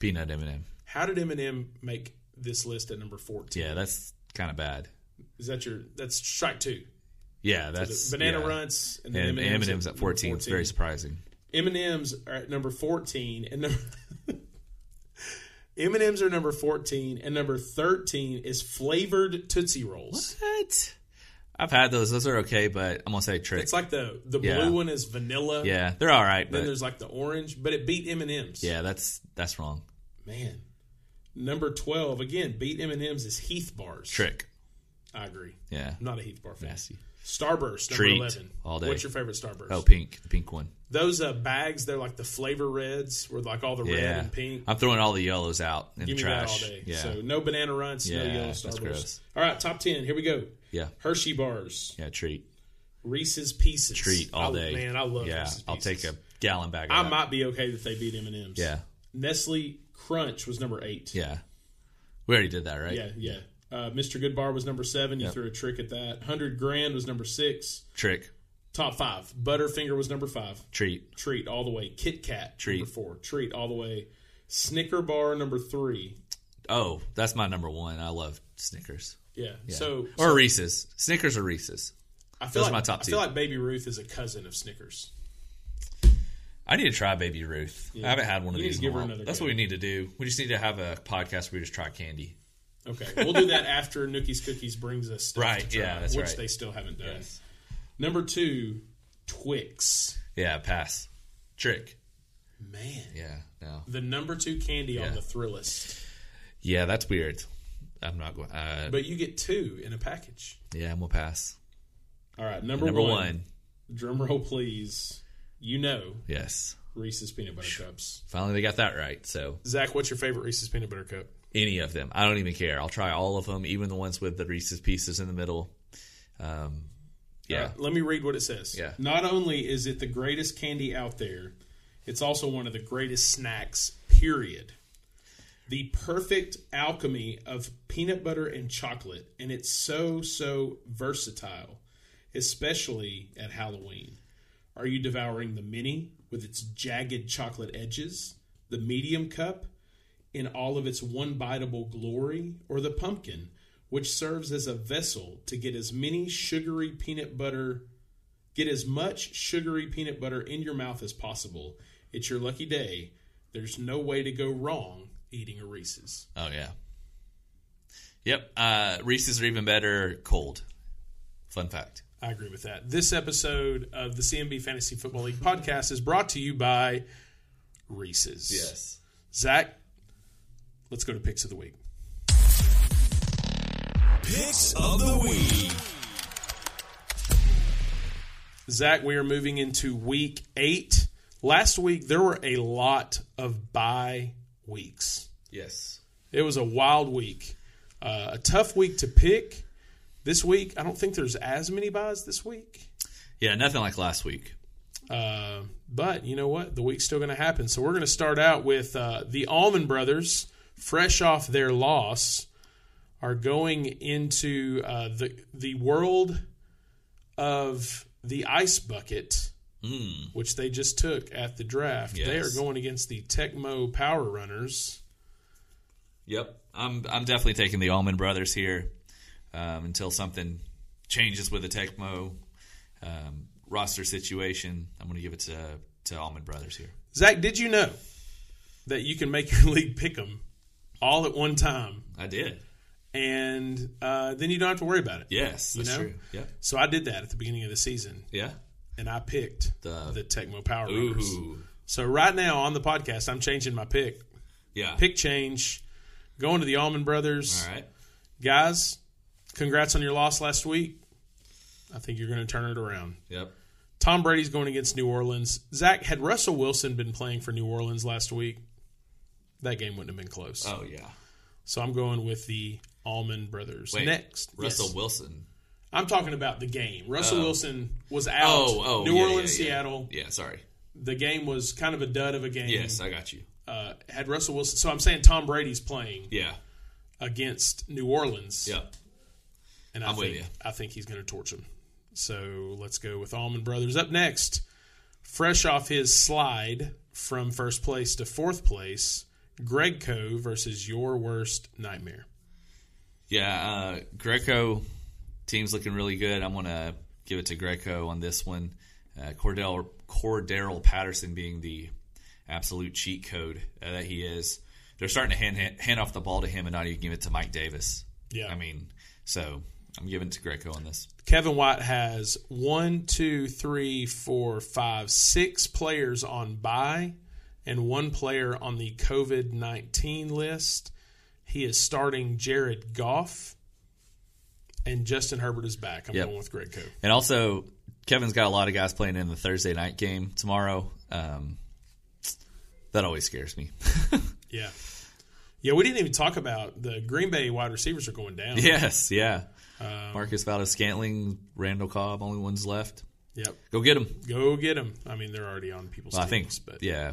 Speaker 3: peanut M and M.
Speaker 2: How did M and M make this list at number fourteen?
Speaker 3: Yeah, that's kind of bad.
Speaker 2: Is that your that's strike two?
Speaker 3: Yeah,
Speaker 2: The
Speaker 3: that's
Speaker 2: banana
Speaker 3: yeah.
Speaker 2: runts and then
Speaker 3: and M and M's at
Speaker 2: number
Speaker 3: fourteen. It's very surprising.
Speaker 2: M and M's are at number fourteen, and number M and M's are number fourteen, and number thirteen is flavored Tootsie Rolls.
Speaker 3: What? I've had those. Those are okay, but I'm gonna say trick.
Speaker 2: It's like the the
Speaker 3: Yeah.
Speaker 2: blue one is vanilla.
Speaker 3: yeah, they're all right,
Speaker 2: Then
Speaker 3: but
Speaker 2: there's like the orange, but it beat M and M's.
Speaker 3: yeah, that's that's wrong.
Speaker 2: man. Number twelve again beat M and M's is Heath bars.
Speaker 3: Trick.
Speaker 2: I agree.
Speaker 3: Yeah,
Speaker 2: I'm not a Heath bar fan.
Speaker 3: nasty.
Speaker 2: Starburst number
Speaker 3: Treat
Speaker 2: eleven.
Speaker 3: all day.
Speaker 2: What's your favorite Starburst?
Speaker 3: Oh, pink, the pink one.
Speaker 2: Those uh, bags, they're like the flavor reds, where like all the red
Speaker 3: Yeah,
Speaker 2: and pink.
Speaker 3: I'm throwing all the yellows out in
Speaker 2: Give
Speaker 3: the
Speaker 2: me
Speaker 3: trash.
Speaker 2: that all day.
Speaker 3: Yeah,
Speaker 2: So no banana runts, no
Speaker 3: Yeah,
Speaker 2: yellow
Speaker 3: that's
Speaker 2: Starburst.
Speaker 3: gross.
Speaker 2: All right, top ten. Here we go.
Speaker 3: yeah,
Speaker 2: Hershey bars,
Speaker 3: yeah. Treat,
Speaker 2: Reese's Pieces,
Speaker 3: treat all
Speaker 2: I-
Speaker 3: day.
Speaker 2: Man, I love.
Speaker 3: Yeah,
Speaker 2: Reese's
Speaker 3: I'll
Speaker 2: Oh, Pieces.
Speaker 3: take a gallon bag. Of
Speaker 2: I
Speaker 3: that.
Speaker 2: might be okay that they beat M and M's.
Speaker 3: Yeah,
Speaker 2: Nestle Crunch was number eight.
Speaker 3: yeah. We already did that, right?
Speaker 2: Yeah, yeah. Uh, Mr. Goodbar was number seven. You threw a trick at that. Hundred Grand was number six.
Speaker 3: Trick,
Speaker 2: Top five. Butterfinger was number five.
Speaker 3: treat,
Speaker 2: Treat all the way. Kit Kat
Speaker 3: Treat.
Speaker 2: number four. Treat all the way. Snicker Bar number three.
Speaker 3: Oh, that's my number one. I love Snickers
Speaker 2: Yeah. So
Speaker 3: or Reese's. Snickers or Reese's.
Speaker 2: I feel
Speaker 3: those
Speaker 2: like
Speaker 3: are my top
Speaker 2: I feel
Speaker 3: two.
Speaker 2: like Baby Ruth is a cousin of Snickers.
Speaker 3: I need to try Baby Ruth. I haven't had one of
Speaker 2: You need
Speaker 3: these
Speaker 2: to
Speaker 3: in a
Speaker 2: give her
Speaker 3: while.
Speaker 2: another
Speaker 3: That's
Speaker 2: go.
Speaker 3: what we need to do. We just need to have a podcast where we just try candy.
Speaker 2: Okay, we'll do that after Nookie's Cookies brings us stuff
Speaker 3: Right,
Speaker 2: to try,
Speaker 3: yeah, that's
Speaker 2: which
Speaker 3: right.
Speaker 2: they still haven't done. Number two, Twix.
Speaker 3: Yeah, pass. Trick.
Speaker 2: Man,
Speaker 3: Yeah, no.
Speaker 2: the number two candy on
Speaker 3: Yeah.
Speaker 2: the Thrillist,
Speaker 3: Yeah, that's weird. I'm not going. Uh,
Speaker 2: but you get two in a package.
Speaker 3: yeah, I'm gonna pass.
Speaker 2: All right, number,
Speaker 3: Number
Speaker 2: one,
Speaker 3: one.
Speaker 2: Drum roll, please. You know
Speaker 3: Yes.
Speaker 2: Reese's peanut butter cups.
Speaker 3: Finally, they got that right. So
Speaker 2: Zach, what's your favorite Reese's peanut butter cup?
Speaker 3: any of them, I don't even care. I'll try all of them, even the ones with the Reese's pieces in the middle. Um, yeah.
Speaker 2: All right, Uh, let me read what it says.
Speaker 3: Yeah.
Speaker 2: Not only is it the greatest candy out there, it's also one of the greatest snacks, period. The perfect alchemy of peanut butter and chocolate, and it's so, so versatile, especially at Halloween. Are you devouring the mini with its jagged chocolate edges, the medium cup in all of its one biteable glory, or the pumpkin, which serves as a vessel to get as many sugary peanut butter, get as much sugary peanut butter in your mouth as possible? It's your lucky day. There's no way to go wrong eating a Reese's.
Speaker 3: Oh yeah. Yep. Uh, Reese's are even better cold. Fun fact.
Speaker 2: I agree with that. This episode of the CMB Fantasy Football League podcast is brought to you by Reese's. Zach, let's go to picks of the week.
Speaker 1: Picks of the week.
Speaker 2: Zach, we are moving into week eight. Last week, there were a lot of bye weeks.
Speaker 3: Yes.
Speaker 2: It was a wild week, uh, a tough week to pick. This week, I don't think there's as many buys this week.
Speaker 3: Yeah, nothing like last week.
Speaker 2: Uh, but you know what? The week's still going to happen. So we're going to start out with uh, the Almond Brothers, fresh off their loss, are going into uh, the the world of the ice bucket, which they just took at the draft. They are
Speaker 3: Yes.
Speaker 2: going against the Tecmo Power Runners.
Speaker 3: Yep. I'm I'm definitely taking the Almond Brothers here um, until something changes with the Tecmo um, roster situation. I'm going to give it to to Almond Brothers here.
Speaker 2: Zach, did you know that you can make your league pick 'em all at one time,
Speaker 3: I did.
Speaker 2: and uh, then you don't have to worry about it?
Speaker 3: Yes, that's
Speaker 2: know?
Speaker 3: true. Yep.
Speaker 2: So I did that at the beginning of the season.
Speaker 3: Yeah.
Speaker 2: and I picked the,
Speaker 3: The-
Speaker 2: Tecmo Power Rangers.
Speaker 3: Ooh.
Speaker 2: So right now on the podcast, I'm changing my pick.
Speaker 3: Yeah.
Speaker 2: Pick change. Going to the Almond Brothers,
Speaker 3: All right.
Speaker 2: guys. Congrats on your loss last week. I think you're going to turn it around.
Speaker 3: Yep.
Speaker 2: Tom Brady's going against New Orleans. Zach, had Russell Wilson been playing for New Orleans last week, that game wouldn't have been close.
Speaker 3: Oh yeah.
Speaker 2: So I'm going with the Almond Brothers
Speaker 3: Wait,
Speaker 2: next.
Speaker 3: Russell
Speaker 2: Yes.
Speaker 3: Wilson.
Speaker 2: I'm talking about the game. Russell Wilson was out.
Speaker 3: Oh, oh.
Speaker 2: New
Speaker 3: yeah,
Speaker 2: Orleans,
Speaker 3: yeah, yeah.
Speaker 2: Seattle.
Speaker 3: Yeah. Sorry.
Speaker 2: The game was kind of a dud of a game.
Speaker 3: Yes, I got you.
Speaker 2: uh, had Russell Wilson. So I'm saying Tom Brady's playing
Speaker 3: Yeah.
Speaker 2: against New Orleans.
Speaker 3: Yep.
Speaker 2: and I
Speaker 3: I'm with
Speaker 2: think
Speaker 3: you.
Speaker 2: I think he's going to torch him. So let's go with Almond Brothers up next. Fresh off his slide from first place to fourth place, Gregco versus your worst nightmare.
Speaker 3: Yeah, uh, Greco team's looking really good. I'm gonna give it to Greco on this one. Uh, Cordell Cordell Patterson being the absolute cheat code uh, that he is. They're starting to hand, hand hand off the ball to him and not even give it to Mike Davis.
Speaker 2: Yeah.
Speaker 3: I mean, so I'm giving it to Greco on this.
Speaker 2: Kevin White has one, two, three, four, five, six players on bye and one player on the COVID 19 list. He is starting Jared Goff, and Justin Herbert is back. I'm
Speaker 3: Yep.
Speaker 2: going with Greg Coe.
Speaker 3: And also, Kevin's got a lot of guys playing in the Thursday night game tomorrow. Um, that always scares me.
Speaker 2: Yeah. Yeah, we didn't even talk about the Green Bay wide receivers are going down.
Speaker 3: yes, yeah.
Speaker 2: Um,
Speaker 3: Marcus Valdez Scantling, Randall Cobb, only ones left.
Speaker 2: Yep.
Speaker 3: Go get him.
Speaker 2: Go get them. I mean, they're already on people's
Speaker 3: I think,
Speaker 2: teams, but
Speaker 3: yeah.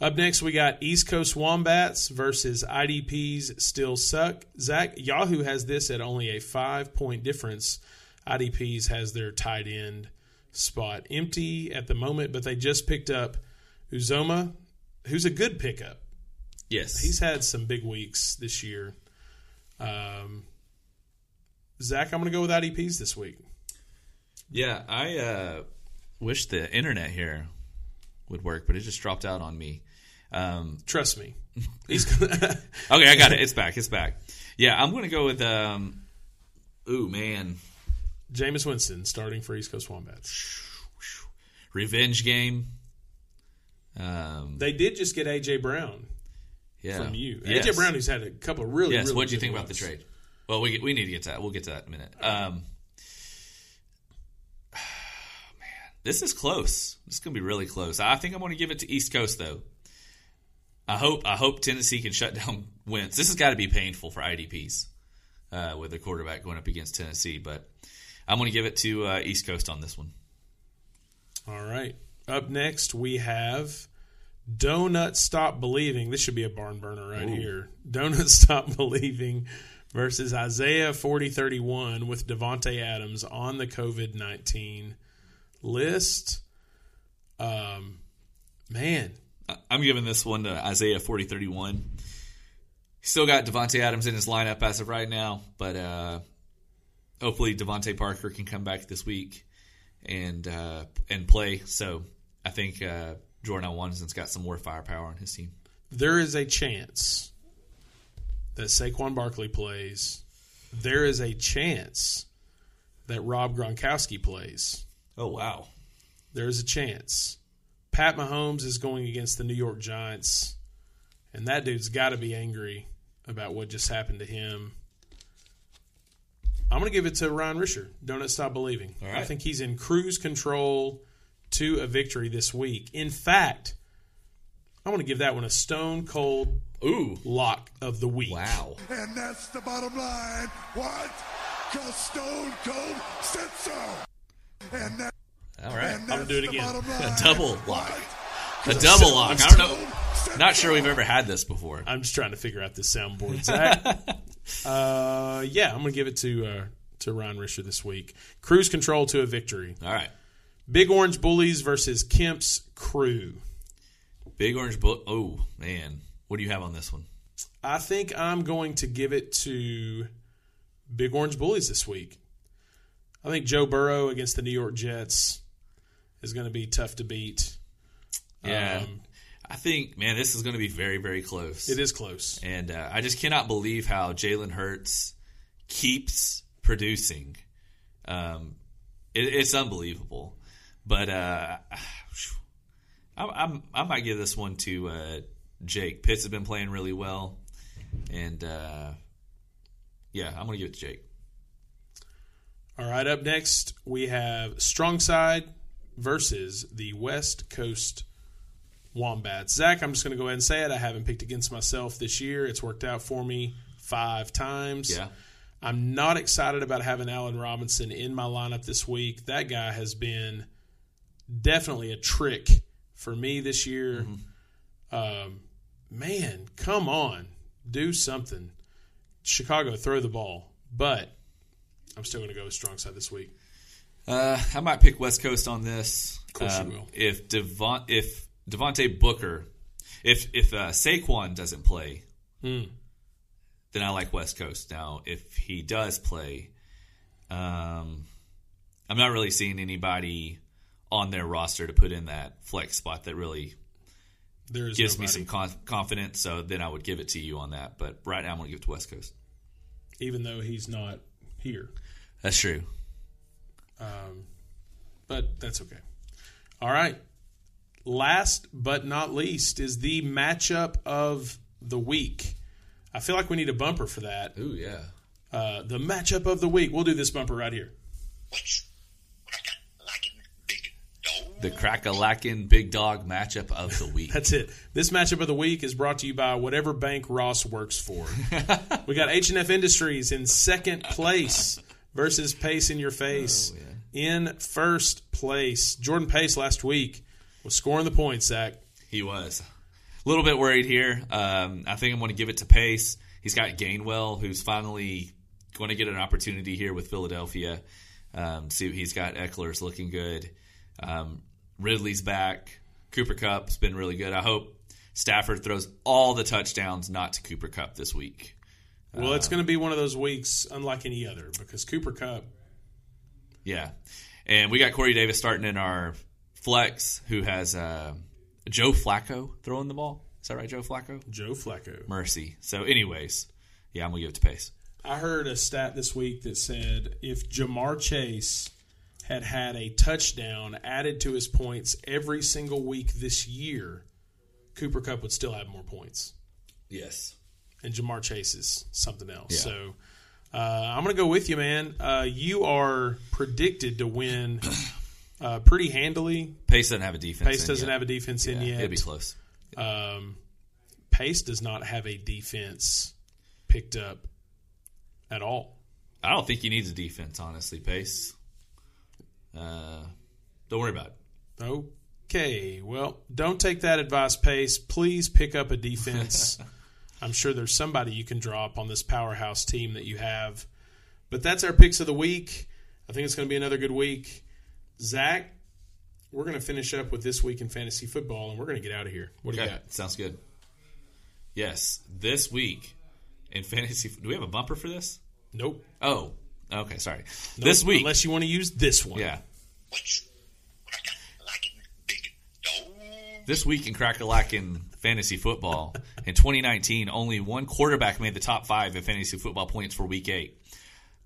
Speaker 2: Up next, we got East Coast Wombats versus IDPs Still Suck. Zach, Yahoo has this at only a five point difference. IDPs has their tight end spot empty at the moment, but they just picked up Uzoma, who's a good pickup.
Speaker 3: Yes.
Speaker 2: He's had some big weeks this year. Um, Zach, I'm going to go with IDPs this week.
Speaker 3: yeah, I uh, wish the internet here would work, but it just dropped out on me. Um,
Speaker 2: Trust me. He's gonna,
Speaker 3: okay, I got it. It's back. It's back. Yeah, I'm going to go with. Um, ooh, man.
Speaker 2: Jameis Winston starting for East Coast Wombats.
Speaker 3: Revenge game. Um,
Speaker 2: They did just get A.J. Brown.
Speaker 3: yeah.
Speaker 2: from you.
Speaker 3: Yes.
Speaker 2: AJ Brown, who's had a couple of really.
Speaker 3: Yes.
Speaker 2: really
Speaker 3: what do you
Speaker 2: good
Speaker 3: think about the
Speaker 2: ones.
Speaker 3: trade? Well, we, we need to get to that. We'll get to that in a minute. Um, man, this is close. This is gonna be really close. I think I'm gonna give it to East Coast though. I hope I hope Tennessee can shut down Wentz. This has got to be painful for IDPs uh, with a quarterback going up against Tennessee, but I'm gonna give it to uh, East Coast on this one.
Speaker 2: All right. Up next, we have Donut Stop Believing. This should be a barn burner right here. Donut Stop Believing versus Isaiah 4031 with Devontae Adams on the COVID 19 list. Um, man,
Speaker 3: I- I'm giving this one to Isaiah 4031. Still got Devonte Adams in his lineup as of right now, but uh, hopefully Devonte Parker can come back this week and uh, and play. So I think uh, Jordan Watson's got some more firepower on his team.
Speaker 2: there is a chance that Saquon Barkley plays. There is a chance that Rob Gronkowski plays.
Speaker 3: Oh wow!
Speaker 2: there is a chance. Pat Mahomes is going against the New York Giants, and that dude's got to be angry about what just happened to him. I'm going to give it to Ryan Risher. Don't stop believing.
Speaker 3: All right.
Speaker 2: I think he's in cruise control to a victory this week. In fact, I want to give that one a stone cold
Speaker 3: Ooh!
Speaker 2: lock of the week.
Speaker 3: Wow!
Speaker 4: And that's the bottom line. What? Cause Stone Cold said so. And, that,
Speaker 3: All right,
Speaker 4: and that's
Speaker 2: do it
Speaker 4: the
Speaker 2: again.
Speaker 4: bottom
Speaker 3: a
Speaker 4: line.
Speaker 3: double lock,
Speaker 4: What?
Speaker 3: a double lock. I don't know.
Speaker 4: Said
Speaker 3: Not
Speaker 4: so.
Speaker 3: sure we've ever had this before.
Speaker 2: I'm just trying to figure out this soundboard, Zach. uh, yeah, I'm going to give it to uh, to Ryan Risher this week. Cruise control to a victory.
Speaker 3: All right,
Speaker 2: Big Orange Bullies versus Kemp's Crew.
Speaker 3: Big Orange Book. Oh man, what do you have on this one?
Speaker 2: I think I'm going to give it to Big Orange Bullies this week. I think Joe Burrow against the New York Jets is going to be tough to beat.
Speaker 3: Yeah.
Speaker 2: Um,
Speaker 3: I think, man, this is going to be very, very close.
Speaker 2: It is close.
Speaker 3: And uh, I just cannot believe how Jalen Hurts keeps producing. Um, it, it's unbelievable. But uh, I, I'm, I might give this one to uh, Jake. Pitts has been playing really well. And uh, yeah, I'm going to give it to Jake.
Speaker 2: All right, up next we have Strong Side versus the West Coast Wombats. Zach, I'm just going to go ahead and say it. I haven't picked against myself this year. It's worked out for me five times.
Speaker 3: Yeah.
Speaker 2: I'm not excited about having Allen Robinson in my lineup this week. That guy has been definitely a trick for me this year.
Speaker 3: Mm-hmm.
Speaker 2: Um, man, come on, do something. Chicago, throw the ball. But I'm still going to go with strong side this week.
Speaker 3: Uh, I might pick West Coast on this. Of
Speaker 2: course you will.
Speaker 3: If Devon, if Devonte Booker, if if uh, Saquon doesn't play,
Speaker 2: Hmm.
Speaker 3: then I like West Coast. Now, if he does play, um, I'm not really seeing anybody on their roster to put in that flex spot that really
Speaker 2: There is
Speaker 3: gives
Speaker 2: nobody.
Speaker 3: me some conf- confidence. So then I would give it to you on that. But right now, I'm going to give it to West Coast.
Speaker 2: even though he's not here.
Speaker 3: That's true.
Speaker 2: but that's okay. All right. Last but not least is the matchup of the week. I feel like we need a bumper for that.
Speaker 3: Ooh, yeah.
Speaker 2: Uh, the matchup of the week. We'll do this bumper right here.
Speaker 5: What's crackin' lacking big dog?
Speaker 3: The crack a lacking big dog matchup of the week.
Speaker 2: That's it. This matchup of the week is brought to you by whatever bank Ross works for. we got H and F Industries in second place versus Pace in your face in first place. Jordan Pace last week was scoring the points. Zach,
Speaker 3: He was. A little bit worried here. Um, I think I'm going to give it to Pace. He's got Gainwell, who's finally going to get an opportunity here with Philadelphia. Um, see, he's got Eckler's looking good. Um, Ridley's back. Cooper Cup's been really good. I hope Stafford throws all the touchdowns not to Cooper Cup this week.
Speaker 2: Well,
Speaker 3: Uh,
Speaker 2: it's going to be one of those weeks unlike any other because Cooper Cup.
Speaker 3: Yeah. And we got Corey Davis starting in our flex, who has uh, Joe Flacco throwing the ball. Is that right, Joe Flacco?
Speaker 2: Joe Flacco.
Speaker 3: Mercy. So, anyways, yeah, I'm gonna give it to Pace.
Speaker 2: I heard a stat this week that said if Jamar Chase had had a touchdown added to his points every single week this year, Cooper Cup would still have more points.
Speaker 3: Yes.
Speaker 2: And Jamar Chase is something else.
Speaker 3: Yeah.
Speaker 2: So uh, I'm going to go with you, man. Uh, you are predicted to win uh, pretty handily.
Speaker 3: Pace doesn't have a defense.
Speaker 2: Pace
Speaker 3: in
Speaker 2: doesn't
Speaker 3: yet.
Speaker 2: have a defense in yet.
Speaker 3: It'll be close.
Speaker 2: Pace does not have a defense picked up at all.
Speaker 3: I don't think he needs a defense, honestly. Pace. Uh, don't worry about it.
Speaker 2: Okay, well, don't take that advice, Pace. Please pick up a defense. I'm sure there's somebody you can draw up on this powerhouse team that you have. But that's our picks of the week. I think it's going to be another good week. Zach, we're going to finish up with this week in fantasy football, and we're going to get out of here. What do you
Speaker 3: Okay,
Speaker 2: got?
Speaker 3: sounds good. Yes, this week in fantasy, do we have a bumper for this?
Speaker 2: Nope.
Speaker 3: Oh, okay, sorry. this week,
Speaker 2: unless you want to use this one.
Speaker 3: yeah,
Speaker 5: What's crackin' lacking big dog?
Speaker 3: this week in crack a in fantasy football in 2019, only one quarterback made the top five in fantasy football points for Week Eight.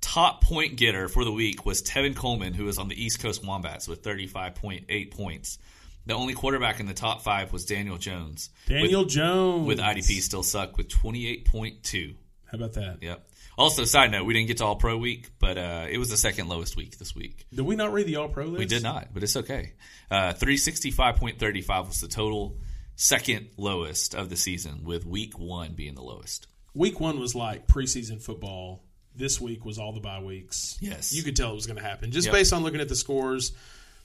Speaker 3: Top point getter for the week was Tevin Coleman, who was on the East Coast Wombats with 35.8 points. The only quarterback in the top five was Daniel Jones,
Speaker 2: Daniel Jones
Speaker 3: with IDP still suck with 28.2.
Speaker 2: How about that?
Speaker 3: Yep. Also, side note, we didn't get to All Pro week, but uh, it was the second lowest week this week.
Speaker 2: Did we not read the All Pro list?
Speaker 3: We did not, but it's okay. Uh, 365.35 was the total second lowest of the season, with week one being the lowest.
Speaker 2: week one was like preseason football. This week was all the bye weeks.
Speaker 3: Yes.
Speaker 2: You could tell it was going to happen just
Speaker 3: Yep.
Speaker 2: based on looking at the scores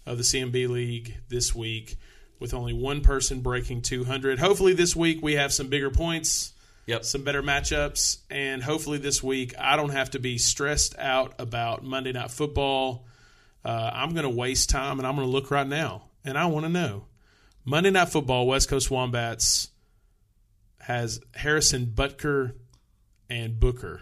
Speaker 2: of the CMB League this week with only one person breaking 200. Hopefully, this week we have some bigger points,
Speaker 3: Yep.
Speaker 2: some better matchups, and hopefully this week I don't have to be stressed out about Monday Night Football. Uh, I'm going to waste time and I'm going to look right now and I want to know. Monday Night Football, West Coast Wombats has Harrison Butker and Booker.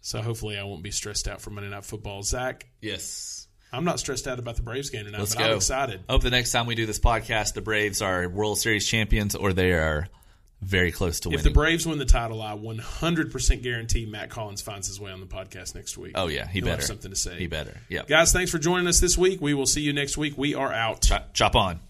Speaker 2: so hopefully I won't be stressed out for Monday Night Football. Zach,
Speaker 3: yes.
Speaker 2: I'm not stressed out about the Braves game tonight,
Speaker 3: Let's
Speaker 2: but
Speaker 3: go.
Speaker 2: I'm excited.
Speaker 3: Hope the next time we do this podcast, the Braves are World Series champions or they are very close to
Speaker 2: If
Speaker 3: winning.
Speaker 2: the Braves win the title, I 100% guarantee Matt Collins finds his way on the podcast next week.
Speaker 3: oh, yeah. He
Speaker 2: He'll have
Speaker 3: better.
Speaker 2: something to say.
Speaker 3: He better. Yep.
Speaker 2: Guys, thanks for joining us this week. We will see you next week. We are out.
Speaker 3: Chop- Chop on.